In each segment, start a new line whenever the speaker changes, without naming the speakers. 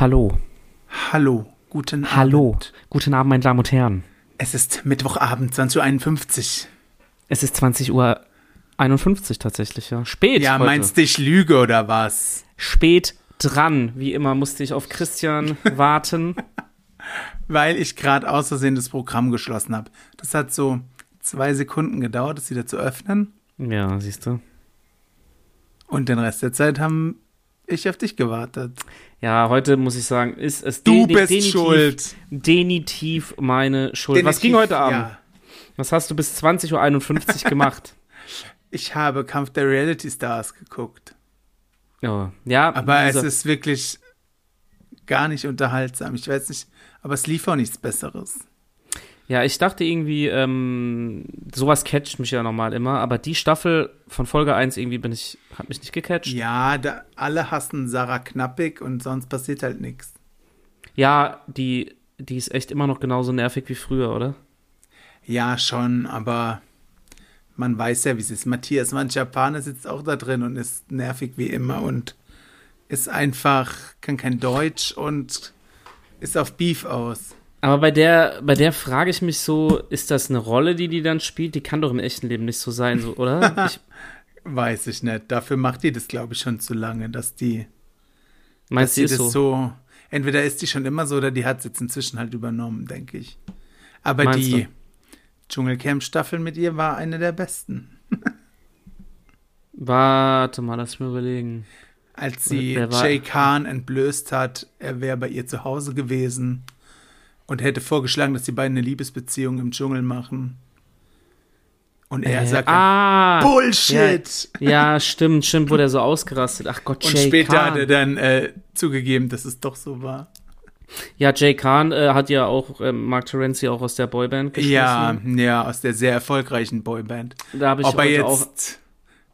Hallo.
Hallo, guten Abend.
Hallo. Guten Abend, meine Damen und Herren.
Es ist Mittwochabend, 20.51 Uhr.
Es ist 20 Uhr 51 tatsächlich, ja. Spät.
Ja,
heute.
meinst du, ich lüge oder was?
Spät dran. Wie immer musste ich auf Christian warten.
Weil ich gerade aus Versehen das Programm geschlossen habe. Das hat so zwei Sekunden gedauert, es wieder zu öffnen.
Ja, siehst du.
Und den Rest der Zeit haben ich auf dich gewartet.
Ja, heute muss ich sagen, ist es
Du
deni-
bist schuld.
Denitiv meine Schuld. Was ging heute Abend?
Ja.
Was hast du bis 20.51 Uhr gemacht?
Ich habe Kampf der Reality Stars geguckt.
Ja, ja
Aber
also-
es ist wirklich gar nicht unterhaltsam. Ich weiß nicht, aber es lief auch nichts Besseres.
Ja, ich dachte irgendwie, ähm, sowas catcht mich ja normal immer, aber die Staffel von Folge 1 irgendwie bin ich, hat mich nicht gecatcht. Ja,
Ja, da, alle hassen Sarah Knappig und sonst passiert halt nichts.
die, die ist echt immer noch genauso nervig wie früher, oder?
Ja, schon, aber man weiß ja, wie es ist. Matthias, mein Japaner sitzt auch da drin und ist nervig wie immer und ist einfach, kann kein Deutsch und ist auf Beef aus.
Aber bei der, bei der frage ich mich so, ist das eine Rolle, die die dann spielt? Die kann doch im echten Leben nicht so sein, so, oder? Ich,
Weiß ich nicht. Dafür macht die das, glaube ich, schon zu lange, dass die, dass
meinst du,
die
die ist so?
das so. Entweder ist die schon immer so oder die hat es jetzt inzwischen halt übernommen, denke ich. Aber
Meinst
die Dschungelcamp-Staffel mit ihr war eine der besten.
Warte mal, lass mir überlegen.
Als sie
Wer war-
Jay Khan entblößt hat, er wäre bei ihr zu Hause gewesen und hätte vorgeschlagen, dass die beiden eine Liebesbeziehung im Dschungel machen. Und er
Äh,
sagt dann,
ah!
Bullshit!
Ja, stimmt, stimmt, wurde er so ausgerastet. Ach Gott,
Und
Jay
später
Khan.
hat er dann äh, zugegeben, dass es doch so war.
Ja, Jay Khan äh, hat ja auch ähm, Mark Terenzi auch aus der Boyband geschmissen.
Ja, ja, aus der sehr erfolgreichen Boyband.
Da habe ich
Ob er
heute
jetzt
auch.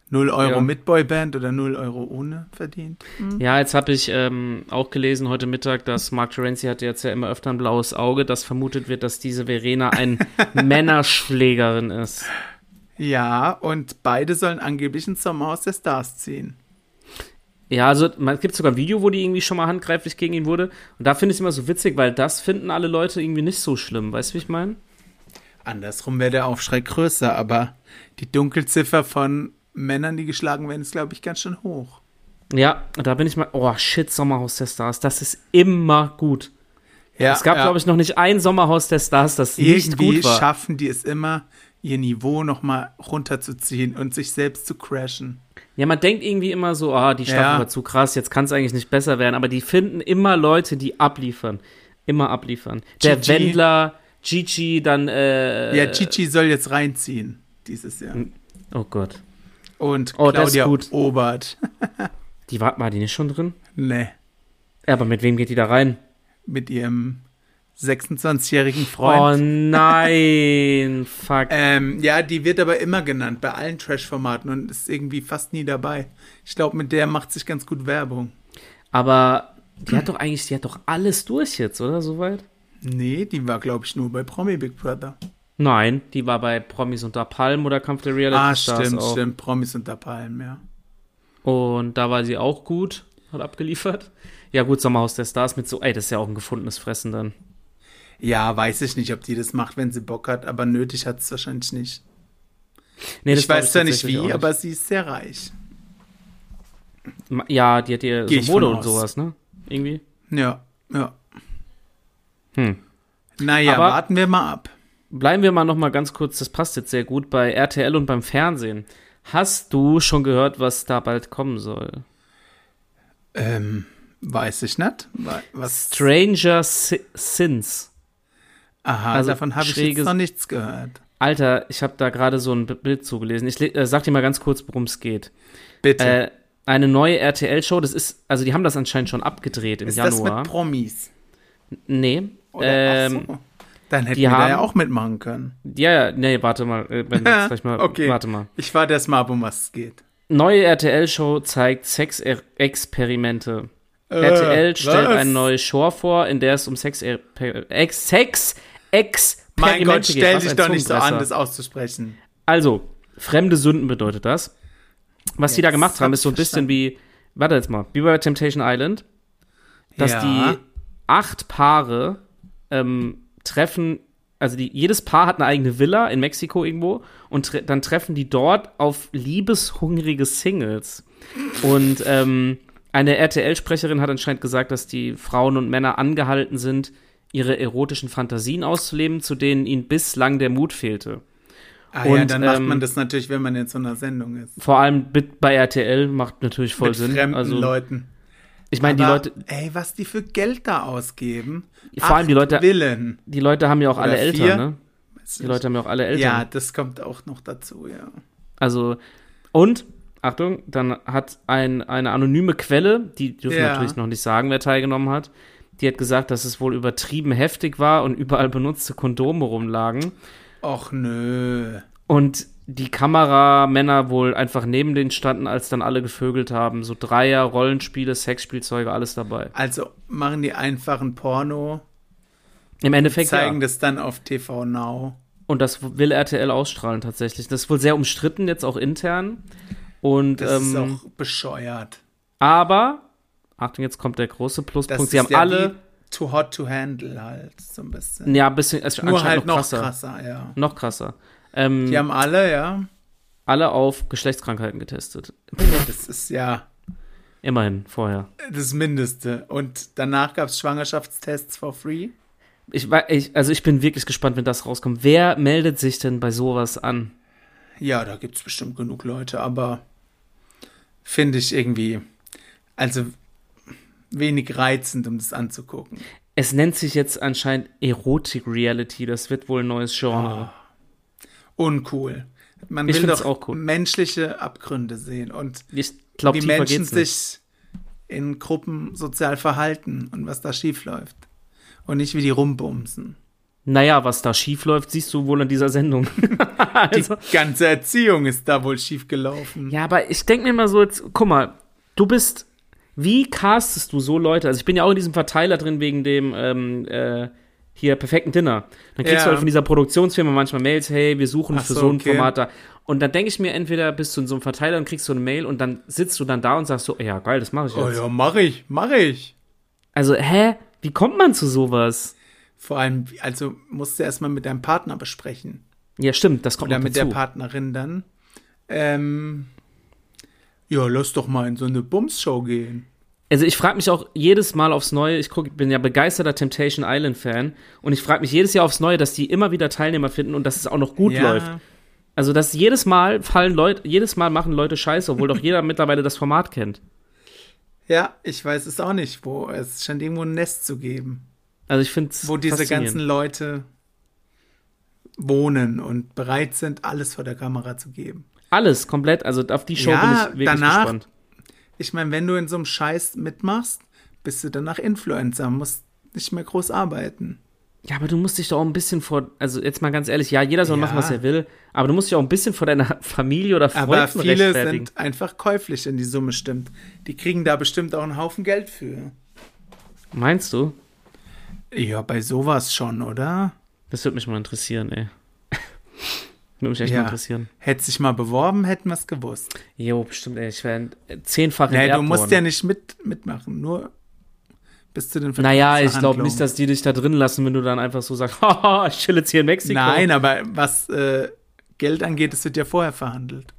0 Euro
Ja.
mit Boyband oder 0 Euro ohne verdient?
Ja, jetzt habe ich ähm, auch gelesen heute Mittag, dass Mark Terenzi hatte jetzt ja immer öfter ein blaues Auge, dass vermutet wird, dass diese Verena ein Männerschlägerin ist.
Ja, und beide sollen angeblich ein Sommer aus der Stars ziehen.
Ja, also man- es gibt sogar ein Video, wo die irgendwie schon mal handgreiflich gegen ihn wurde. Und da finde ich es immer so witzig, weil das finden alle Leute irgendwie nicht so schlimm. Weißt du, wie ich meine?
Andersrum wäre der Aufschrei größer, aber die Dunkelziffer von Männern, die geschlagen werden, ist, glaube ich, ganz schön hoch.
Ja, und da bin ich mal. Oh, shit, Sommerhaus der Stars. Das ist immer gut.
Ja,
Es gab,
ja.
glaube ich, noch nicht ein Sommerhaus der Stars, das nicht
irgendwie
gut war.
schaffen die es immer, ihr Niveau nochmal runterzuziehen und sich selbst zu crashen.
Ja, man denkt irgendwie immer so, ah, die Staffel
Ja.
war zu krass, jetzt kann es eigentlich nicht besser werden, aber die finden immer Leute, die abliefern. Immer abliefern. Der
Gigi.
Wendler, Gigi, dann, äh,
ja, Chichi soll jetzt reinziehen dieses Jahr.
oh Gott.
Und
Oh, das ist
Claudia
gut.
Obert.
Die war, war die nicht schon drin?
nee.
Ja, aber mit wem geht die da rein?
mit ihrem 26-jährigen
Oh
Freund.
nein, fuck.
ähm, ja, die wird aber immer genannt bei allen Trash-Formaten und ist irgendwie fast nie dabei. Ich glaube, mit der macht sich ganz gut Werbung.
Aber die hat doch eigentlich, die hat doch alles durch jetzt, oder? Soweit?
Nee, die war, glaube ich, nur bei Promi Big Brother.
Nein, die war bei Promis unter Palmen oder Kampf der Reality
ah,
Stars
stimmt,
auch.
stimmt. Promis unter Palmen, ja.
Und da war sie auch gut, hat abgeliefert. Ja, gut, Sommerhaus der Stars mit so, ey, das ist ja auch ein gefundenes Fressen dann.
Ja, weiß ich nicht, ob die das macht, wenn sie Bock hat, aber nötig hat es wahrscheinlich nicht.
Nee,
ich
glaub
weiß zwar nicht
tatsächlich
wie,
auch
aber sie ist sehr reich.
Ma- Ja, die hat ihr
Geh
so
ich
Mode
von
und
aus.
sowas, ne? Irgendwie.
Ja, ja.
Hm.
Naja,
Aber-
warten wir mal ab.
Bleiben wir mal noch mal ganz kurz, das passt jetzt sehr gut, bei RTL und beim Fernsehen. Hast du schon gehört, was da bald kommen soll?
Ähm, weiß ich nicht. wa- Was?
Stranger Si- Sins.
Aha,
also
davon habe ich
schräges-
jetzt noch nichts gehört.
Alter, ich habe da gerade so ein B- Bild zugelesen. Ich le- äh, sag dir mal ganz kurz, worum es geht.
Bitte.
Äh, eine neue RTL-Show, das ist, also die haben das anscheinend schon abgedreht im
Ist
Januar.
das mit Promis?
Nee.
Oder,
Ähm,
ach so. Dann hätten
die
wir da ja
haben-
auch mitmachen können.
ja, ja, nee, warte mal. äh, Wenn wir jetzt gleich mal
Okay.
Warte mal.
Ich warte erst mal ab, um was es geht.
Neue RTL-Show zeigt Sex-Experimente.
Äh,
RTL stellt
was?
eine neue Show vor, in der es um Sex-Experimente Sex
Mein Gott, stell
Was
dich
ein
doch nicht so an,
Zungenbrecher.
das auszusprechen.
Also, fremde Sünden bedeutet das. Was die
Ja,
da gemacht
das
haben,
hab
ist so ein
ich
bisschen wie, warte jetzt mal, wie bei Temptation Island. dass
Ja.
die acht Paare ähm, treffen, also die, jedes Paar hat eine eigene Villa in Mexiko irgendwo und tre dann treffen die dort auf liebeshungrige Singles. Und ähm, eine RTL-Sprecherin hat anscheinend gesagt, dass die Frauen und Männer angehalten sind, ihre erotischen Fantasien auszuleben, zu denen ihnen bislang der Mut fehlte.
Ah ja,
Und,
dann macht
ähm,
man das natürlich, wenn man in so einer Sendung ist.
Vor allem mit- bei RTL macht natürlich voll
Mit
Sinn.
fremden
also,
Leuten.
ich meine, die
Aber,
Leute,
Ey, was die für Geld da ausgeben.
Vor allem die
Acht
Leute-
Willen.
die Leute haben ja auch alle
Oder
Eltern,
vier.
ne? Die Leute haben ja auch alle Eltern.
Ja, das kommt auch noch dazu, ja.
Also, und, Achtung, dann hat ein, eine anonyme Quelle, die dürfen
Ja.
natürlich noch nicht sagen, wer teilgenommen hat, die hat gesagt, dass es wohl übertrieben heftig war und überall benutzte Kondome rumlagen.
Och nö.
Und die Kameramänner wohl einfach neben denen standen, als dann alle gevögelt haben. So Dreier, Rollenspiele, Sexspielzeuge, alles dabei.
Also machen die einfachen Porno,
Im Endeffekt ja.
zeigen das dann auf TV Now.
Und das will RTL ausstrahlen tatsächlich. Das ist wohl sehr umstritten, jetzt auch intern. Und
Das
ähm,
ist auch bescheuert.
aber, Achtung, jetzt kommt der große
Das
Pluspunkt.
ist
Sie haben
ja
alle.
wie Too hot to handle halt, so ein bisschen.
Ja, ein bisschen, es
Nur
anscheinend noch
halt noch
krasser.
krasser, ja.
Noch krasser. Ähm,
Die haben alle, ja.
alle auf Geschlechtskrankheiten getestet.
Das ist ja
Immerhin, vorher.
das Mindeste. Und danach gab es Schwangerschaftstests for free.
Ich, wei- ich, also ich bin wirklich gespannt, wenn das rauskommt. Wer meldet sich denn bei sowas an?
Ja, da gibt es bestimmt genug Leute, aber finde ich irgendwie, also wenig reizend, um das anzugucken.
Es nennt sich jetzt anscheinend Erotic Reality. Das wird wohl ein neues Genre.
Ah. Uncool. Man
Ich
will
find's
doch
auch cool.
menschliche Abgründe sehen und
Ich glaube,
wie
tiefer
Menschen
geht's nicht.
sich in Gruppen sozial verhalten und was da schief läuft. Und nicht wie die rumbumsen.
Naja, was da schief läuft, siehst du wohl an dieser Sendung. also,
Die ganze Erziehung ist da wohl schief gelaufen.
ja, aber ich denke mir mal so, jetzt, guck mal, du bist, wie castest du so Leute? Also ich bin ja auch in diesem Verteiler drin wegen dem ähm, äh, hier perfekten Dinner. Dann kriegst
Ja.
du halt von dieser Produktionsfirma manchmal Mails, hey, wir suchen
Ach
für
so,
so ein
okay.
Format da. Und dann denke ich mir, entweder bist du in so einem Verteiler und kriegst so eine Mail und dann sitzt du dann da und sagst so, ja geil, das mache ich jetzt.
Oh ja, mach ich, mach ich.
Also, hä? Wie kommt man zu sowas?
Vor allem, also musst du erstmal mit deinem Partner besprechen.
Ja, stimmt, das kommt
Oder
noch
mit der
dazu.
Partnerin dann. Ähm, ja, lass doch mal in so eine Bums-Show gehen.
Also ich frage mich auch jedes Mal aufs Neue, ich guck, bin ja begeisterter Temptation Island-Fan und ich frage mich jedes Jahr aufs Neue, dass die immer wieder Teilnehmer finden und dass es auch noch gut
ja,
läuft. Also dass jedes Mal fallen Leute, jedes Mal machen Leute Scheiße, obwohl doch jeder mittlerweile das Format kennt.
Ja, ich weiß es auch nicht, wo. Es scheint irgendwo ein Nest zu geben,
Also ich finde es
wo diese ganzen Leute wohnen und bereit sind, alles vor der Kamera zu geben.
Alles komplett, also auf die Show
Ja,
bin ich wirklich
danach-
gespannt.
Ich meine, wenn du in so einem Scheiß mitmachst, bist du danach Influencer, musst nicht mehr groß arbeiten.
Ja, aber du musst dich doch auch ein bisschen vor, also jetzt mal ganz ehrlich, ja, jeder soll
Ja.
machen, was er will, aber du musst dich auch ein bisschen vor deiner Familie oder Freunden
Aber viele
rechtfertigen.
sind einfach käuflich, wenn die Summe stimmt. Die kriegen da bestimmt auch einen Haufen Geld für.
Meinst du?
Ja, bei sowas schon, oder?
Das würde mich mal interessieren, ey. würde mich echt
Ja.
mal interessieren.
Hätte sich mal beworben, hätten wir es gewusst.
Jo, bestimmt, ey. Ich wäre zehnfach
Nee,
geerbt
du musst
worden.
ja nicht mit, mitmachen, nur bis zu den
Naja, ich glaube nicht,
Vertragsverhandlungen.
dass die dich da drin lassen, wenn du dann einfach so sagst, haha, ich chill jetzt hier in Mexiko.
Nein, aber was äh, Geld angeht, das wird ja vorher verhandelt.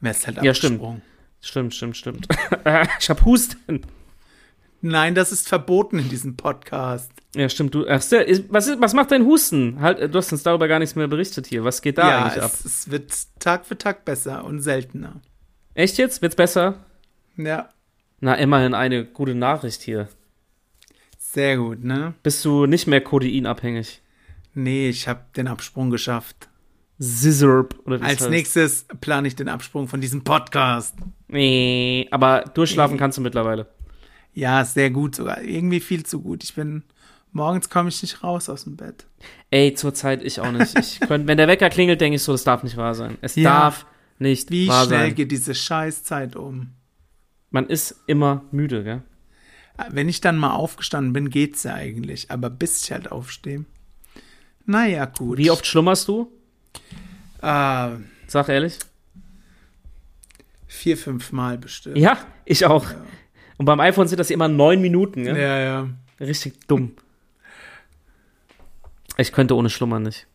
Wär's halt
Ja, stimmt.
abgesprungen.
Stimmt, stimmt, stimmt. ich hab Husten.
Nein, das ist verboten in diesem Podcast.
Ja, stimmt. Du, ach, so, ist- was, ist, was macht dein Husten? Halt, du hast uns darüber gar nichts mehr berichtet hier. Was geht da
ja,
eigentlich ab?
es, es wird Tag für Tag besser und seltener.
Echt jetzt? Wird's besser?
Ja,
Na, immerhin eine gute Nachricht hier.
sehr gut, ne?
Bist du nicht mehr kodeinabhängig?
Nee, ich habe den Absprung geschafft.
Scissorp. Oder wie es
Als
heißt.
nächstes plane ich den Absprung von diesem Podcast.
Nee, aber durchschlafen kannst du mittlerweile.
Ja, sehr gut sogar. Irgendwie viel zu gut. Ich bin, morgens komme ich nicht raus aus dem Bett.
Ey, zurzeit ich auch nicht. Ich könnt, wenn der Wecker klingelt, denke ich so, das darf nicht wahr sein. Es
Ja.
darf nicht
Wie
wahr
schnell
sein.
geht diese Scheißzeit um?
Man ist immer müde, gell?
Wenn ich dann mal aufgestanden bin, geht's ja eigentlich. Aber bis ich halt aufstehe. Naja, gut.
Wie oft schlummerst du?
Äh,
Sag ehrlich.
vier, fünf Mal bestimmt.
Ja, ich auch. Und beim iPhone sind das immer neun Minuten.
Ja,
Ja?
ja.
Richtig dumm. Ich könnte ohne Schlummern nicht.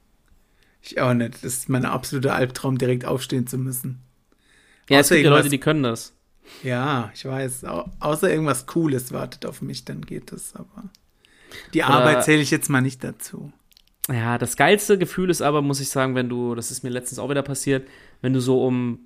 Ich auch nicht. Das ist mein absoluter Albtraum, direkt aufstehen zu müssen.
Ja, es
Außer
gibt ja
irgendwas-
Leute, die können das.
Ja, ich weiß. Au außer irgendwas Cooles wartet auf mich, dann geht es. Aber die
Oder-
Arbeit zähle ich jetzt mal nicht dazu.
Ja, das geilste Gefühl ist aber, muss ich sagen, wenn du, das ist mir letztens auch wieder passiert, wenn du so um,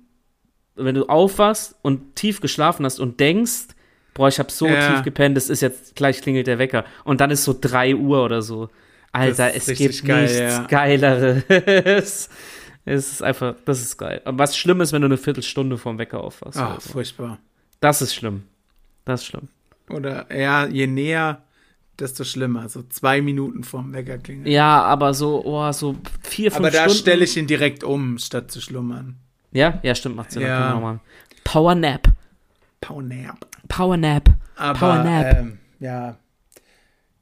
wenn du aufwachst und tief geschlafen hast und denkst, boah, ich hab so
Ja.
tief gepennt, das ist jetzt, gleich klingelt der Wecker. Und dann ist so 3 Uhr oder so. Alter,
ist
es
richtig
gibt
geil,
nichts
ja.
Geileres. es ist einfach, das ist geil. Und was schlimm ist, wenn du eine Viertelstunde vorm Wecker aufwachst.
Ach,
oder so.
furchtbar.
Das ist schlimm. Das ist schlimm.
Oder ja, je näher, desto schlimmer. So zwei Minuten vorm Wecker klingeln.
Ja, aber so, oh, so vier, fünf
aber da
Stunden.
stelle ich ihn direkt um, statt zu schlummern.
ja, ja, stimmt, macht Sinn.
Ja.
Ja. Mal. Power Nap.
Powernap.
Powernap.
Aber
Powernap.
ähm, ja.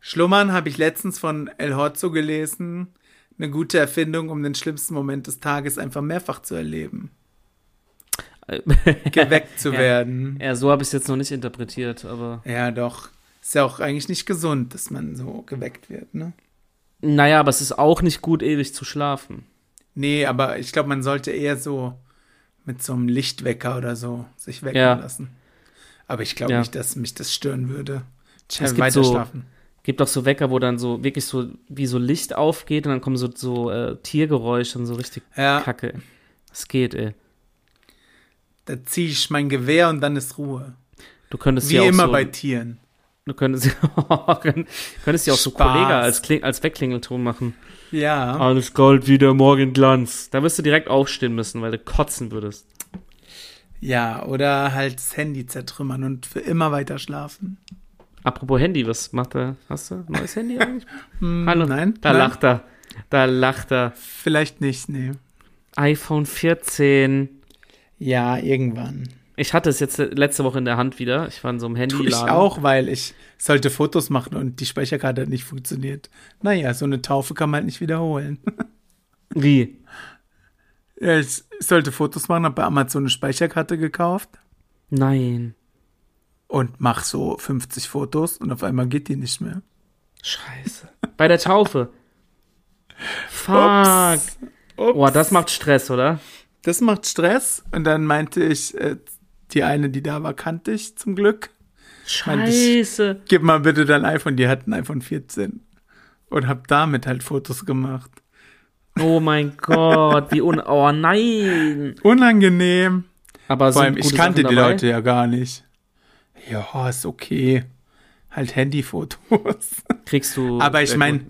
Schlummern habe ich letztens von El Horzo gelesen. Eine gute Erfindung, um den schlimmsten Moment des Tages einfach mehrfach zu erleben. Geweckt zu
Ja.
werden.
ja, so habe ich es jetzt noch nicht interpretiert, aber.
Ja, doch. Ist ja auch eigentlich nicht gesund, dass man so geweckt wird, ne?
Naja, aber es ist auch nicht gut, ewig zu schlafen.
Nee, aber ich glaube, man sollte eher so mit so einem Lichtwecker oder so sich wecken
Ja.
lassen. Aber ich glaube
Ja.
nicht, dass mich das stören würde. Ich
Es
kann
gibt
weiter
so-
schlafen.
Gibt auch so Wecker, wo dann so wirklich so wie so Licht aufgeht und dann kommen so, so äh, Tiergeräusche und so richtig
Ja,
Kacke. Das geht, ey.
da ziehe ich mein Gewehr und dann ist Ruhe.
Du könntest
Wie
ja auch
immer
so,
bei Tieren.
du könntest, könntest ja auch so
Spaß.
Kollege als, Kling, als Wegklingelton machen.
Ja,
Alles Gold wie der Morgenglanz. Da wirst du direkt aufstehen müssen, weil du kotzen würdest.
ja, oder halt das Handy zertrümmern und für immer weiter schlafen.
Apropos Handy, was macht er? Hast du ein neues Handy eigentlich?
Hm,
Hallo.
Nein,
Da
nein,
lacht er. Da lacht er.
vielleicht nicht, nee.
iPhone 14.
Ja, irgendwann.
Ich hatte es jetzt letzte Woche in der Hand wieder. Ich war in so einem
Tu
Handyladen.
ich auch, weil ich sollte Fotos machen und die Speicherkarte hat nicht funktioniert. Naja, so eine Taufe kann man halt nicht wiederholen.
Wie?
Ja, ich sollte Fotos machen, habe bei Amazon eine Speicherkarte gekauft
Nein.
und mach so 50 Fotos und auf einmal geht die nicht mehr.
Scheiße. Bei der Taufe. Fuck.
Ups. Ups.
Boah, das macht Stress, oder?
Das macht Stress. Und dann meinte ich, äh, die eine, die da war, kannte ich zum Glück. Meinte ich-
Scheiße.
Gib mal bitte dein iPhone. Die hat ein iPhone 14. Und hab damit halt Fotos gemacht.
Oh mein Gott, wie un... Oh nein.
Unangenehm.
Aber
Vor
sind
allem, ich
gute
kannte
Sachen
die
dabei?
Leute ja gar nicht. Ja, ist okay. Halt Handyfotos.
Kriegst du...
Aber ich meine,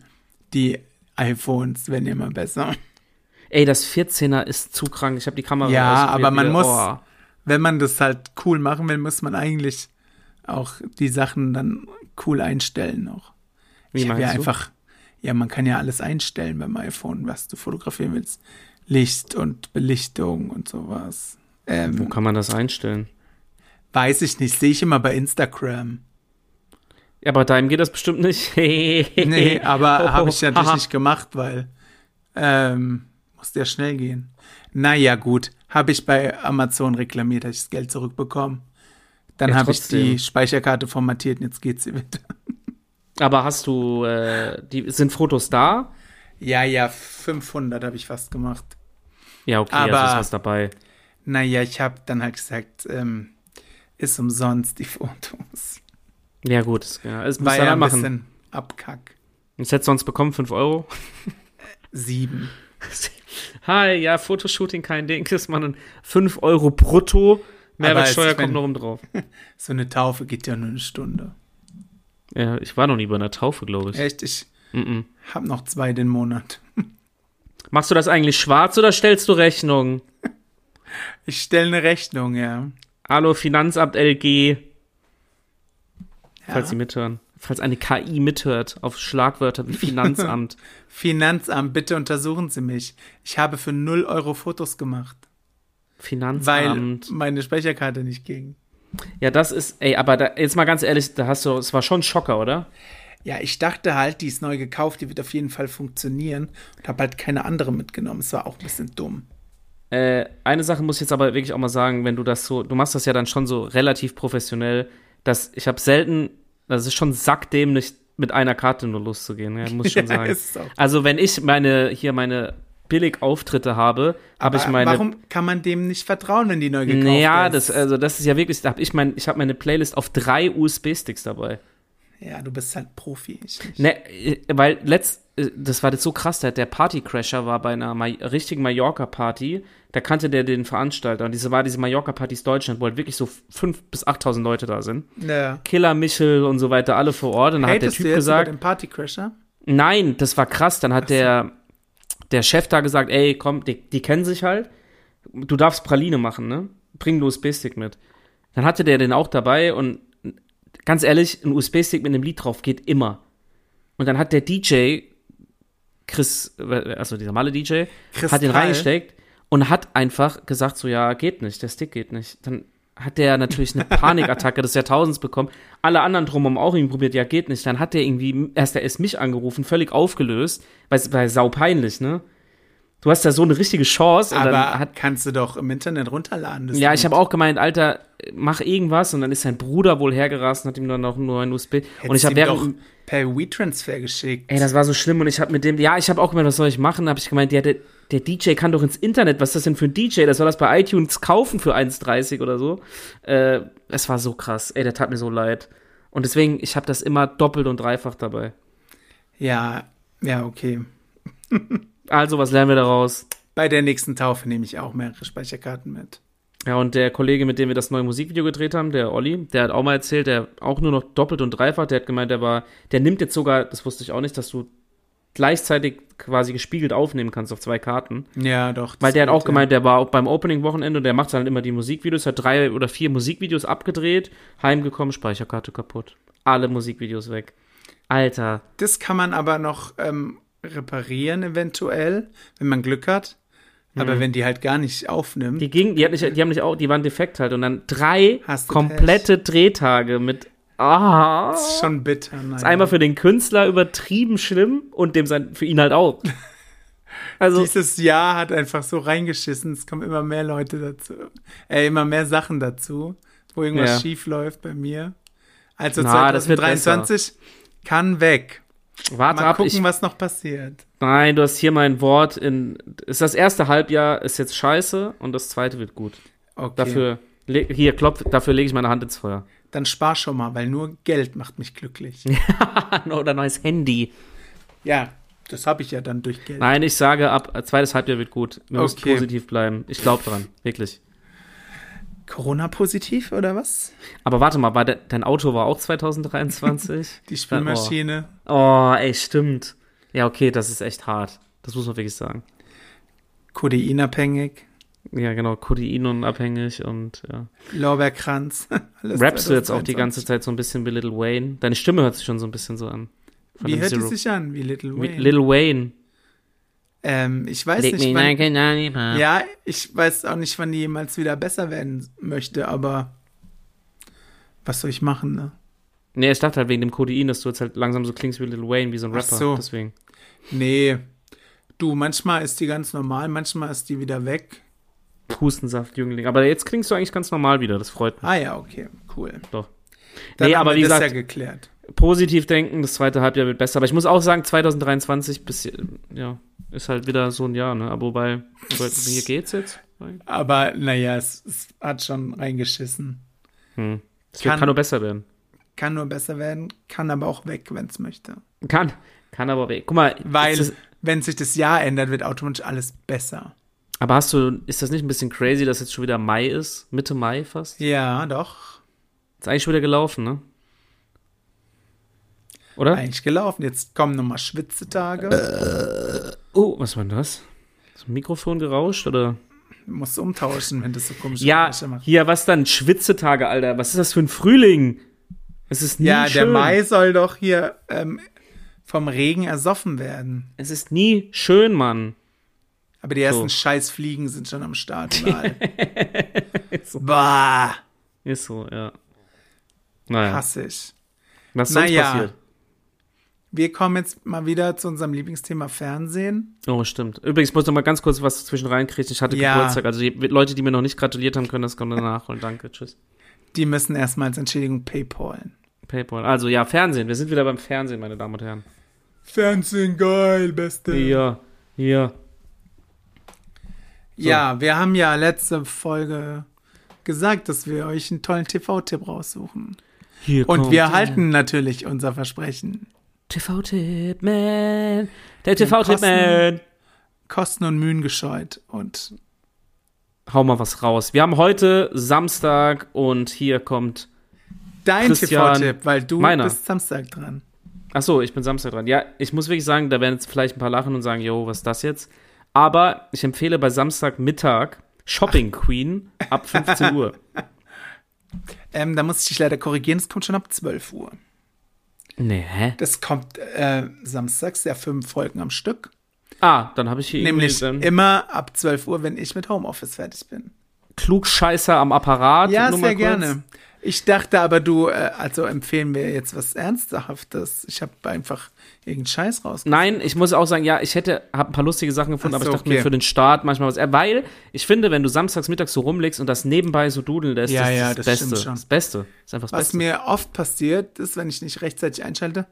die iPhones werden immer besser.
Ey, das 14er ist zu krank. Ich habe die Kamera
Ja,
ausprobiert
aber man
wieder.
muss-
Oh.
Wenn man das halt cool machen will, muss man eigentlich auch die Sachen dann cool einstellen noch.
Wie
ich hab
meinst
ja
du?
einfach, ja, man kann ja alles einstellen beim iPhone, was du fotografieren willst. Licht und Belichtung und sowas.
Wo
Ähm,
kann man das einstellen?
weiß ich nicht, sehe ich immer bei Instagram.
Ja, aber deinem geht das bestimmt nicht.
Nee,
nee,
aber
Oh,
habe ich natürlich
haha.
nicht gemacht, weil ähm, musste ja schnell gehen. Naja, gut, habe ich bei Amazon reklamiert, habe ich das Geld zurückbekommen. Dann
Ja,
habe ich die
trotzdem.
Speicherkarte formatiert und jetzt geht sie wieder.
Aber hast du, äh, die, sind Fotos da?
Ja, ja, 500 habe ich fast gemacht.
Ja, okay,
Aber-
also ist was dabei.
Naja, ich habe dann halt gesagt, ähm, ist umsonst die Fotos.
Ja, gut, ist- ja, das
War
musst du
ja
dann
ein
machen.
bisschen Abkack.
Ich hätte sonst bekommen 5 Euro.
Sieben.
Hi, ja, Fotoshooting, kein Ding. Ist man 5 Euro brutto.
Aber
Mehrwertsteuer
es- wenn-
kommt noch um drauf.
So eine Taufe geht ja nur eine Stunde.
Ja, ich war noch nie bei einer Taufe, glaube ich.
Echt, ich
Mm-mm.
habe noch zwei den Monat.
Machst du das eigentlich schwarz oder stellst du Rechnungen?
Ich stelle eine Rechnung, ja.
Hallo, Finanzamt LG.
Ja.
Falls sie mithören. Falls eine KI mithört auf Schlagwörter wie Finanzamt.
Finanzamt, bitte untersuchen Sie mich. Ich habe für 0 Euro Fotos gemacht, weil
Finanzamt.
meine Speicherkarte nicht ging.
ja, das ist, ey, aber da, jetzt mal ganz ehrlich, da hast du, es war schon ein Schocker, oder?
Ja, ich dachte halt, die ist neu gekauft, die wird auf jeden Fall funktionieren und habe halt keine andere mitgenommen. Es war auch ein bisschen dumm.
Äh, eine Sache muss ich jetzt aber wirklich auch mal sagen, wenn du das so, du machst das ja dann schon so relativ professionell. dass ich habe selten, das ist schon sackdämlich, mit einer Karte nur loszugehen, ja, muss ich schon
Ja,
sagen.
ist auch-
Also wenn ich meine, hier meine Billigauftritte habe, habe ich
Aber
meine
Warum kann man dem nicht vertrauen, wenn die neu gekauft
Naja,
ist?
das, also das ist ja wirklich, da hab ich mein, ich habe meine Playlist auf drei USB-Sticks dabei.
ja, du bist halt Profi. Ich nicht.
Ne, äh, weil letzt, äh, das war jetzt so krass, der, der Partycrasher war bei einer Ma richtigen Mallorca-Party, da kannte der den Veranstalter und diese war diese Mallorca-Partys Deutschland, wo halt wirklich so 5.000 bis 8.000 Leute da sind.
Ja.
Killer Michel und so weiter, alle vor Ort und dann hat der
Ne. Hatest du
Typ
jetzt
gesagt,
über den Partycrasher?
Nein, das war krass. Dann hat der, der Chef da gesagt, ey, komm, die, die kennen sich halt. Du darfst Praline machen, ne? Bring einen USB-Stick mit. Dann hatte der den auch dabei und ganz ehrlich, ein USB-Stick mit einem Lied drauf geht immer. Und dann hat der DJ, Chris, äh, also dieser normale DJ,
Chris
hat den
Kall.
reingesteckt und hat einfach gesagt, so ja, geht nicht, der Stick geht nicht. Dann hat der natürlich eine Panikattacke des Jahrtausends bekommen. Alle anderen drumherum auch irgendwie probiert, ja, geht nicht. Dann hat der irgendwie, erst er ist mich angerufen, völlig aufgelöst, weil es war sau peinlich, ne? Du hast da so eine richtige Chance und dann
Aber
hat
kannst du doch im Internet runterladen. das
ja,
Lied.
ich habe auch gemeint, Alter, mach irgendwas und dann ist sein Bruder wohl hergerast und hat ihm dann noch nur ein USB. und ich
Hättest
habe
ihm
während
doch per WeTransfer geschickt.
Ey, das war so schlimm und ich habe mit dem, ja, ich habe auch gemeint, was soll ich machen? Habe ich gemeint, ja, der, der DJ kann doch ins Internet, was ist das denn für ein DJ? Das soll das bei iTunes kaufen für 1,30 oder so. Äh, es war so krass, ey, der tat mir so leid. Und deswegen, ich habe das immer doppelt und dreifach dabei.
ja, ja, okay.
Also, was lernen wir daraus?
Bei der nächsten Taufe nehme ich auch mehrere Speicherkarten mit.
Ja, und der Kollege, mit dem wir das neue Musikvideo gedreht haben, der Olli, der hat auch mal erzählt, der auch nur noch doppelt und dreifach, der hat gemeint, der war, der nimmt jetzt sogar, das wusste ich auch nicht, dass du gleichzeitig quasi gespiegelt aufnehmen kannst auf zwei Karten.
Ja, doch. das
Weil der hat
geht,
auch gemeint, der war auch beim Opening-Wochenende und der macht halt immer die Musikvideos, hat drei oder vier Musikvideos abgedreht, heimgekommen, Speicherkarte kaputt. Alle Musikvideos weg. Alter.
Ja. Das kann man aber noch ähm, reparieren, eventuell, wenn man Glück hat. Aber wenn die halt gar nicht aufnimmt,
Die ging, die hat nicht, die haben nicht auch, die waren defekt halt. Und dann drei
Hast du
komplette Drehtage mit. Ah.
ist schon bitter. Nein,
Ist einmal für den Künstler übertrieben schlimm und dem sein, für ihn halt auch. Also,
Dieses Jahr hat einfach so reingeschissen. Es kommen immer mehr Leute dazu. Äh, immer mehr Sachen dazu, wo irgendwas
Ja.
schief läuft bei mir. Also
Na, das wird
2023 kann weg.
warte
Mal
ab,
gucken,
ich
was noch passiert.
Nein, du hast hier mein Wort in. Ist das erste Halbjahr ist jetzt scheiße und das zweite wird gut.
Okay.
Dafür le- hier klopf, dafür lege ich meine Hand ins Feuer.
Dann spar schon mal, weil nur Geld macht mich glücklich.
Oder neues Handy.
ja, das habe ich ja dann durch Geld.
Nein, ich sage ab äh, zweites Halbjahr wird gut. Wir müssen
Okay.
positiv bleiben. Ich glaube dran, wirklich.
Corona-positiv oder was?
Aber warte mal, war de dein Auto war auch 2023?
Die Spülmaschine.
Oh, ey, stimmt. Ja, okay, das ist echt hart. Das muss man wirklich sagen.
Kodeinabhängig.
Ja, genau, Codein unabhängig und ja.
Lorbeerkranz. Alles
Rappst du jetzt auch die
2023.
ganze Zeit so ein bisschen wie Little Wayne? Deine Stimme hört sich schon so ein bisschen so an. Von
Wie
dem
hört
Zero.
es sich an? Wie Little
Wie
Wayne?
Little Wayne.
ähm, ich weiß
Leg
nicht,
me
wann,
like an animal.
Ja, ich weiß auch nicht, wann die jemals wieder besser werden möchte, aber was soll ich machen, ne?
Nee, ich dachte halt wegen dem Codein, dass du jetzt halt langsam so klingst wie Lil Wayne, wie so ein
Ach
Rapper.
so.
Deswegen.
Nee. Du, manchmal ist die ganz normal, manchmal ist die wieder weg.
Hustensaft, Jüngling. Aber jetzt klingst du eigentlich ganz normal wieder, das freut mich.
Ah ja, okay, cool.
Doch.
Dann
Nee,
haben
aber
wir
wie
das
gesagt-
ja geklärt.
Positiv denken, das zweite Halbjahr wird besser. Aber ich muss auch sagen, 2023 bis, ja, ist halt wieder so ein Jahr, ne? Aber wobei, wobei hier geht's jetzt.
Aber naja, es, es hat schon reingeschissen.
Hm. Es
Kann-
kann, kann nur besser werden.
Kann nur besser werden, kann aber auch weg, wenn es möchte.
Kann. Kann aber weh. Guck mal,
Weil,
ist das,
wenn sich das Jahr ändert, wird automatisch alles besser.
aber hast du, ist das nicht ein bisschen crazy, dass jetzt schon wieder Mai ist? Mitte Mai fast?
Ja, doch.
Ist eigentlich schon wieder gelaufen, ne? Oder?
Eigentlich gelaufen. Jetzt kommen nochmal Schwitzetage.
Oh, was war denn das? Ist ein Mikrofon gerauscht oder?
Musst du umtauschen, wenn das so komisch
Ja, hier, was dann? Schwitzetage, Alter. Was ist das für ein Frühling? Es ist nie
Ja, der
schön.
Mai soll doch hier ähm, vom Regen ersoffen werden.
Es ist nie schön, Mann.
Aber die ersten
So.
Scheißfliegen sind schon am Start. überall. bah,
Ist so, ja. Naja,
hass ich.
was sonst
naja.
passiert?
Wir kommen jetzt mal wieder zu unserem Lieblingsthema Fernsehen.
Oh, stimmt. Übrigens, muss noch mal ganz kurz was zwischen reinkriegen. Ich hatte
Ja.
Geburtstag. Also, die Leute, die mir noch nicht gratuliert haben, können das gerne nachholen. Danke, tschüss.
Die müssen erstmal als Entschädigung PayPalen.
Paypal. Also ja, Fernsehen. Wir sind wieder beim Fernsehen, meine Damen und Herren.
Fernsehen geil, beste.
Ja, ja.
Ja, wir haben ja letzte Folge gesagt, dass wir euch einen tollen TV-Tipp raussuchen.
Hier
Und
kommt
wir
der
halten natürlich unser Versprechen.
TV-Tipp, man. Der TV-Tipp, man.
Kosten- Kosten und Mühen gescheut. Und
Hau mal was raus. Wir haben heute Samstag und hier kommt.
dein
Christian,
TV-Tipp, weil du
meiner.
bist Samstag dran.
Ach so, ich bin Samstag dran. Ja, ich muss wirklich sagen, da werden jetzt vielleicht ein paar lachen und sagen, jo, was ist das jetzt? Aber ich empfehle bei Samstagmittag Shopping Queen ab 15 Uhr.
Ähm, da muss ich dich leider korrigieren, es kommt schon ab 12 Uhr.
Nee, hä?
Das kommt äh, samstags, ja, fünf Folgen am Stück.
Ah, dann habe ich hier
Nämlich
irgendwie dann
immer ab 12 Uhr, wenn ich mit Homeoffice fertig bin.
Klugscheißer am Apparat.
Ja,
nur
sehr
mal kurz.
gerne. Ich dachte aber, du, äh, also empfehlen wir jetzt was Ernsthaftes. Ich habe einfach irgendeinen Scheiß raus.
Nein, ich muss auch sagen, ja, ich hätte hab ein paar lustige Sachen gefunden,
Ach
aber
so,
ich dachte
okay.
mir für den Start manchmal was. äh, Weil ich finde, wenn du samstags mittags so rumlegst und das nebenbei so dudeln lässt,
Ja,
das ist
ja,
das,
das stimmt
Beste.
schon.
Das Beste. Ist einfach das
Was
Beste.
mir oft passiert, ist, wenn ich nicht rechtzeitig einschalte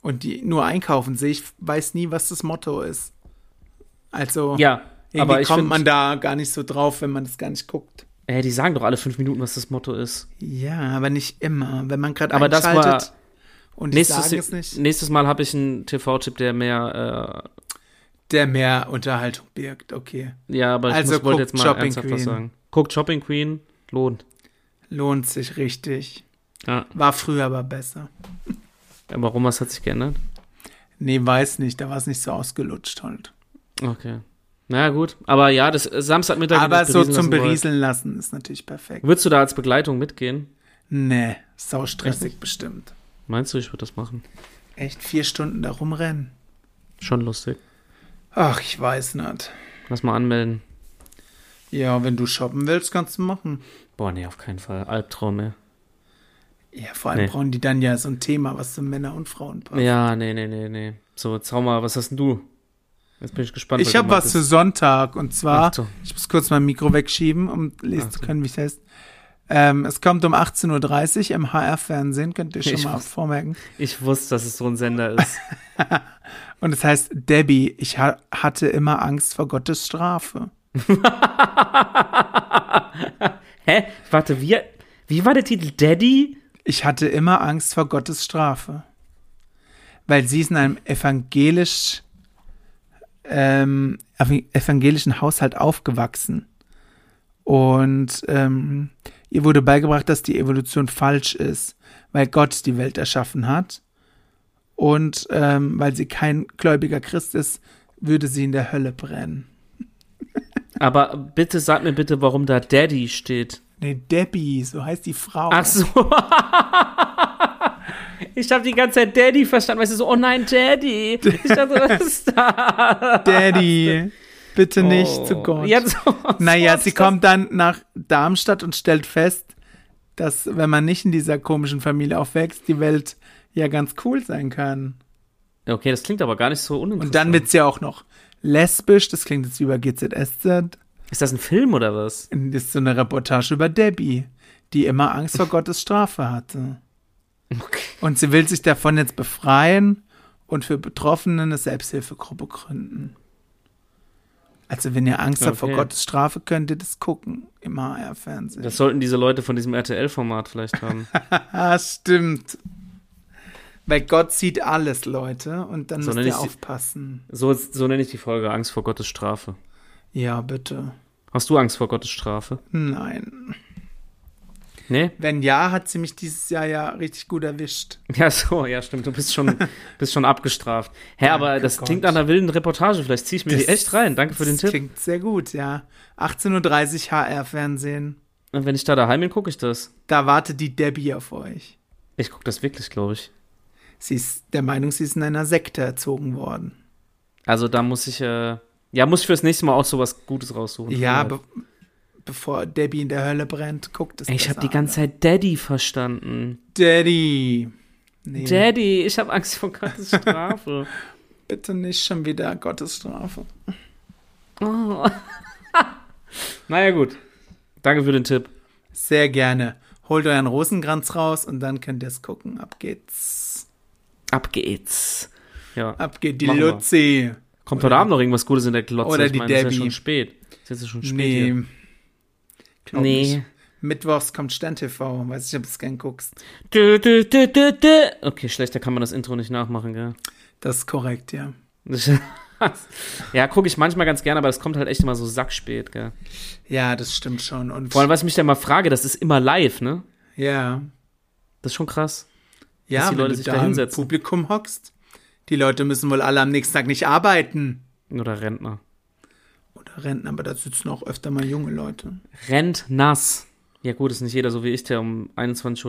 und die nur einkaufen sehe, ich weiß nie, was das Motto ist. Also,
ja,
irgendwie
aber ich
kommt
find,
man da gar nicht so drauf, wenn man das gar nicht guckt.
Äh, die sagen doch alle fünf Minuten, was das Motto ist.
Ja, aber nicht immer. Wenn man gerade
Aber das
einschaltet
war
und die
Nächstes,
sagen es nicht,
nächstes Mal habe ich einen TV-Tipp, der mehr,
der mehr Unterhaltung birgt. Okay,
äh, ja, aber ich
Also
muss, wollte jetzt
guckt
mal
Shopping
ernsthaft was
Queen.
sagen. Guckt Shopping Queen, lohnt.
lohnt sich richtig.
Ja.
War früher aber besser.
Ja, Warum, was hat sich geändert?
Nee, weiß nicht, da war es nicht so ausgelutscht halt.
Okay. Na naja, gut, aber ja, das äh, Samstagmittag.
Aber
das
so
Berieseln
zum
lassen wollen. Hm.
Berieseln lassen ist natürlich perfekt.
Würdest du da als Begleitung mitgehen?
Nee, saustressig bestimmt.
Meinst du, ich würde das machen?
Echt vier Stunden da rumrennen?
Schon lustig.
Ach, ich weiß nicht.
Lass mal anmelden.
Ja, wenn du shoppen willst, kannst du machen.
Boah, nee, auf keinen Fall. Albtraum, ey.
Ja, vor allem
Nee.
brauchen die dann ja so ein Thema, was zu Männer und Frauen passt.
Ja, nee, nee, nee, nee. So, jetzt hau mal, was hast denn du? Jetzt bin ich gespannt.
Ich habe
du
was
machst.
für Sonntag und zwar,
Ach so.
ich muss kurz mein Mikro wegschieben, um lesen
Ach
zu
so.
können, wie es heißt. Ähm, es kommt um 18.30 Uhr im HR-Fernsehen, könnt ihr schon
Ich
mal
wusste-
vormerken.
Ich wusste, dass es so ein Sender ist.
Und es heißt, Debbie, ich ha hatte immer Angst vor Gottes Strafe.
Hä? Warte, wie, wie war der Titel? Daddy?
Ich hatte immer Angst vor Gottes Strafe, weil sie ist in einem evangelisch, ähm, ev- evangelischen Haushalt aufgewachsen. Und ähm, ihr wurde beigebracht, dass die Evolution falsch ist, weil Gott die Welt erschaffen hat. Und ähm, weil sie kein gläubiger Christ ist, würde sie in der Hölle brennen.
Aber bitte sag mir bitte, warum da Daddy steht.
Nee, Debbie, so heißt die Frau.
Ach so. Ich habe die ganze Zeit Daddy verstanden, weißt du, so, oh nein, Daddy. Ich dachte, was ist das?
Daddy, bitte nicht
Oh.
zu Gott.
Ja, so,
Naja,
so
sie
ist das.
kommt dann nach Darmstadt und stellt fest, dass, wenn man nicht in dieser komischen Familie aufwächst, die Welt ja ganz cool sein kann.
Okay, das klingt aber gar nicht so uninteressant.
Und dann wird sie ja auch noch lesbisch, das klingt jetzt wie bei GZSZ.
Ist das ein Film oder was?
Und Das ist so eine Reportage über Debbie, die immer Angst vor Gottes Strafe hatte.
Okay.
Und sie will sich davon jetzt befreien und für Betroffene eine Selbsthilfegruppe gründen. Also, wenn ihr Angst habt vor
Okay.
Gottes Strafe, könnt ihr das gucken im HR-Fernsehen.
Das sollten diese Leute von diesem RTL-Format vielleicht haben.
Ah, stimmt. Weil Gott sieht alles, Leute, und dann
So,
müsst
nenn
ihr
ich sie-
aufpassen.
So, so nenne ich die Folge Angst vor Gottes Strafe.
Ja, bitte.
Hast du Angst vor Gottes Strafe?
Nein.
Nee?
Wenn ja, hat sie mich dieses Jahr ja richtig gut erwischt.
Ja, so, ja, stimmt. Du bist schon, bist schon abgestraft. Hä, aber das
Gott.
klingt nach einer wilden Reportage. Vielleicht ziehe ich mir die
Das-
echt rein. Danke für den
das
Tipp.
Klingt sehr gut, ja. 18.30 Uhr HR-Fernsehen.
Und wenn ich da daheim bin, gucke ich das.
Da wartet die Debbie auf euch.
Ich gucke das wirklich, glaube ich.
Sie ist der Meinung, sie ist in einer Sekte erzogen worden.
Also da muss ich, äh, ja, muss ich fürs nächste Mal auch sowas Gutes raussuchen.
Ja,
Vielleicht.
be bevor Debbie in der Hölle brennt, guckt es
Ey, ich habe
besser
die ganze Zeit Daddy verstanden.
an. Daddy. Nee,
Daddy, ich habe Angst vor Gottes Strafe.
bitte nicht schon wieder Gottes Strafe.
oh. naja, gut. Danke für den Tipp.
Sehr gerne. holt euren Rosenkranz raus und dann könnt ihr es gucken. Ab geht's.
Ab geht's. Ja.
Ab geht die
Machen wir.
Luzi.
Kommt heute Abend noch irgendwas Gutes in der Glotze?
oder die
ist ja
Debbie.
schon spät. Ist jetzt ja schon spät.
Nee.
Hier.
Glaub
Nee.
Nicht. Mittwochs kommt Stern TV. Weiß ich, ob du es gern guckst.
Dö, dö, dö, dö, dö. Okay, schlechter kann man das Intro nicht nachmachen, gell?
Das ist korrekt, ja.
ja, gucke ich manchmal ganz gerne, aber das kommt halt echt immer so sackspät, gell?
Ja, das stimmt schon. Und
Vor allem, was ich mich da mal frage, das ist immer live, ne?
ja,
Das ist schon krass.
ja,
die
wenn
Leute
du
sich da
da im
hinsetzen.
Publikum hockst. Die Leute müssen wohl alle am nächsten Tag nicht arbeiten.
Oder Rentner.
Oder Rentner, aber da sitzen auch öfter mal junge Leute.
Rentners. Ja gut, ist nicht jeder so wie ich, der um 21.30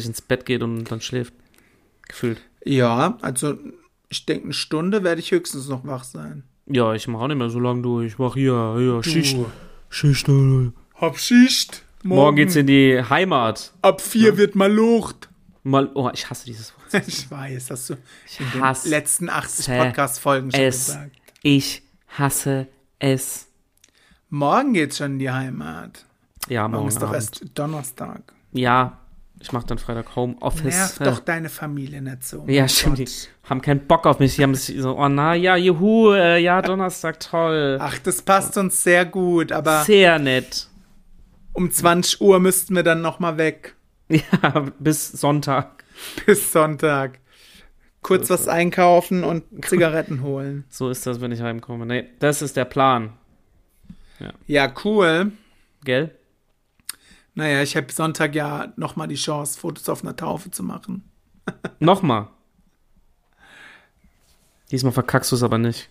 Uhr ins Bett geht und dann schläft. Gefühlt.
Ja, also ich denke, eine Stunde werde ich höchstens noch wach sein.
Ja, ich mache auch nicht mehr so lange durch. Ich mache hier, hier, Schicht.
Du,
Schicht. Morgen,
hab Schicht.
Morgen geht's ne? in die Heimat.
Ab vier wird mal Lucht.
Mal, oh, ich hasse dieses Wort.
Ich weiß, hast du in den
hasse
letzten 80
es.
Podcast-Folgen schon gesagt.
Ich hasse es.
Morgen geht's schon in die Heimat.
Ja,
Morgen
morgen
ist doch
Abend.
erst Donnerstag.
Ja, ich mache dann Freitag Homeoffice.
Nerv doch deine Familie nicht so.
äh, Ja,
mein
stimmt. Die
Gott.
haben keinen Bock auf mich. Die haben sich so, oh na ja, juhu, äh, ja, Donnerstag, toll.
Ach, das passt uns sehr gut, aber
Sehr nett.
um 20 Uhr müssten wir dann nochmal weg.
Ja, bis Sonntag.
Bis Sonntag. Kurz was einkaufen und Zigaretten holen.
So ist das, wenn ich heimkomme. Nee, das ist der Plan.
Ja, cool.
Gell?
Naja, ich habe Sonntag ja nochmal die Chance, Fotos auf einer Taufe zu machen.
Nochmal. Diesmal verkackst du es aber nicht.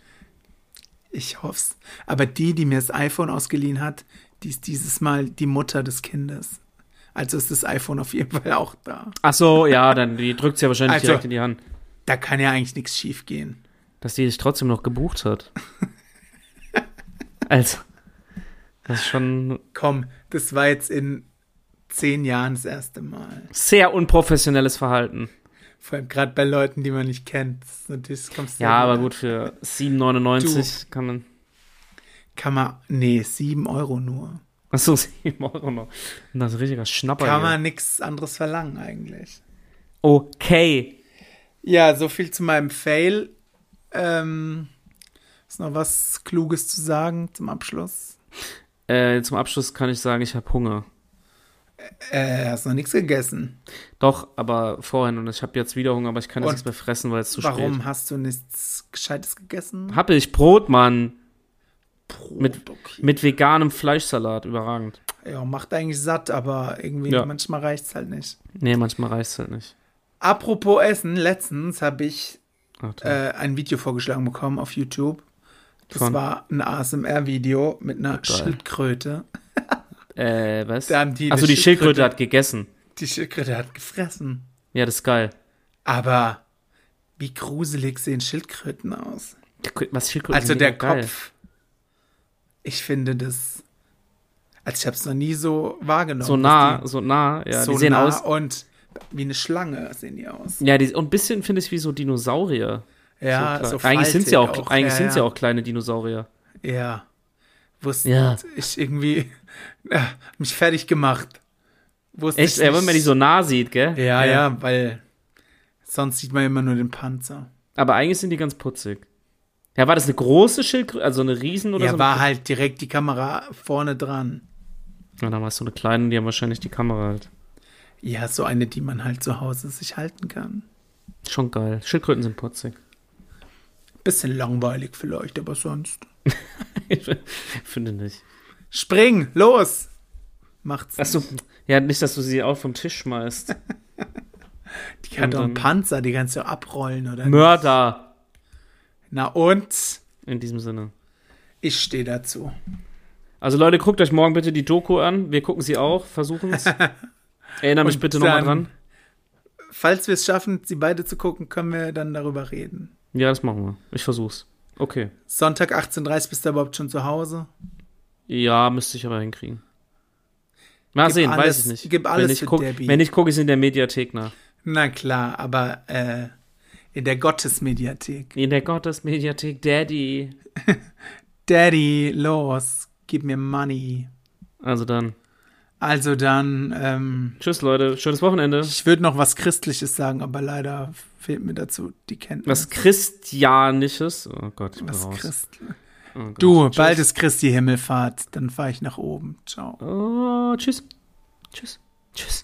Ich hoff's. Aber die, die mir das iPhone ausgeliehen hat, die ist dieses Mal die Mutter des Kindes. Also ist das iPhone auf jeden Fall auch da.
Ach so, ja, dann die drückt ja wahrscheinlich
Also-
direkt in die Hand.
Da kann ja eigentlich nichts schief gehen.
Dass die dich trotzdem noch gebucht hat. Also, das ist schon
Komm, das war jetzt in zehn Jahren das erste Mal.
sehr unprofessionelles Verhalten.
Vor allem gerade bei Leuten, die man nicht kennt. Das ist natürlich das kommst du
Ja, aber
wieder.
gut, für 7,99 kann man.
Kann man, nee, sieben Euro nur.
Achso, 7 Euro noch. Das ist ein richtiger Schnapper.
Kann
hier.
man nichts anderes verlangen eigentlich.
Okay.
Ja, so viel zu meinem Fail. Ähm, ist noch was Kluges zu sagen zum Abschluss?
Äh, zum Abschluss kann ich sagen, ich habe Hunger.
Äh, hast noch nichts gegessen.
Doch, aber vorhin und ich habe jetzt wieder Hunger, aber ich kann das
Und
nicht mehr fressen, weil es zu
Warum
spät
hast du nichts Gescheites gegessen?
ist. Hab ich Brot, Mann.
Brot,
mit-
okay.
Mit veganem Fleischsalat, überragend.
Ja, macht eigentlich satt, aber irgendwie
Ja.
manchmal reicht's halt nicht.
Nee, manchmal reicht's halt nicht.
Apropos Essen, letztens habe ich
Ach, du.
äh, ein Video vorgeschlagen bekommen auf YouTube. Das
Von?
war ein ASMR-Video mit einer
Geil.
Schildkröte.
Äh, was?
Da haben die
Achso,
eine
die Schildkröte
Schildkröte-
hat gegessen.
Die Schildkröte hat gefressen.
Ja, das ist geil.
Aber wie gruselig sehen Schildkröten aus?
Was Schildkröten
Also
sind
der
mega geil.
Kopf. Ich finde das. Also ich habe es noch nie so wahrgenommen.
So nah, so nah,
dass
ja.
Die, so
die sehen
nah
aus.
und wie eine Schlange sehen die aus.
Ja, die, und ein bisschen finde ich wie so Dinosaurier.
Ja,
so
so,
klein. eigentlich sind sie auch,
faltig
eigentlich
ja,
sind sie
ja.
auch kleine Dinosaurier.
Ja. Wusste
Ja.
ich irgendwie. Ja, mich fertig gemacht. Wusste
Echt,
ich
ey, wenn man die so nah sieht, gell?
Ja, ja, weil sonst sieht man immer nur den Panzer.
Aber eigentlich sind die ganz putzig. Ja, war das eine große Schildkröte, also eine Riesen oder
Ja,
so?
war halt direkt die Kamera vorne dran.
Ja, dann war es so eine kleine, die haben wahrscheinlich die Kamera halt.
Ja, so eine, die man halt zu Hause sich halten kann.
Schon geil. Schildkröten sind putzig.
Bisschen langweilig vielleicht, aber sonst.
ich finde nicht.
Spring, los! Macht's.
Achso, ja, nicht, dass du sie auch vom Tisch schmeißt.
die hat doch einen Panzer, die kannst du abrollen, oder?
Mörder!
Na und?
In diesem Sinne.
Ich stehe dazu.
Also Leute, guckt euch morgen bitte die Doku an. Wir gucken sie auch, versuchen es. Erinnere mich
Und
bitte nochmal
dann-
dran.
Falls wir es schaffen, sie beide zu gucken, können wir dann darüber reden.
Ja, das machen wir. Ich versuch's. Okay.
Sonntag 18.30 Uhr bist du überhaupt schon zu Hause.
Ja, müsste ich aber hinkriegen. Mal
Gib
sehen, weiß
alles-
ich nicht.
gib alles
wenn ich
für
guck,
Debbie.
Wenn ich gucke, ist in der Mediathek nach.
Na klar, aber äh, in der Gottesmediathek.
In der Gottesmediathek, Daddy.
Daddy, los, gib mir Money.
Also dann.
Also dann, ähm,
Tschüss, Leute. Schönes Wochenende.
ich würde noch was Christliches sagen, aber leider fehlt mir dazu die Kenntnis.
Was Christianisches. Oh Gott, ich bin
was
raus.
Christ
oh Gott.
Du,
Tschüss.
bald ist Christi Himmelfahrt, dann fahre ich nach oben. Ciao.
Oh, tschüss. Tschüss. Tschüss.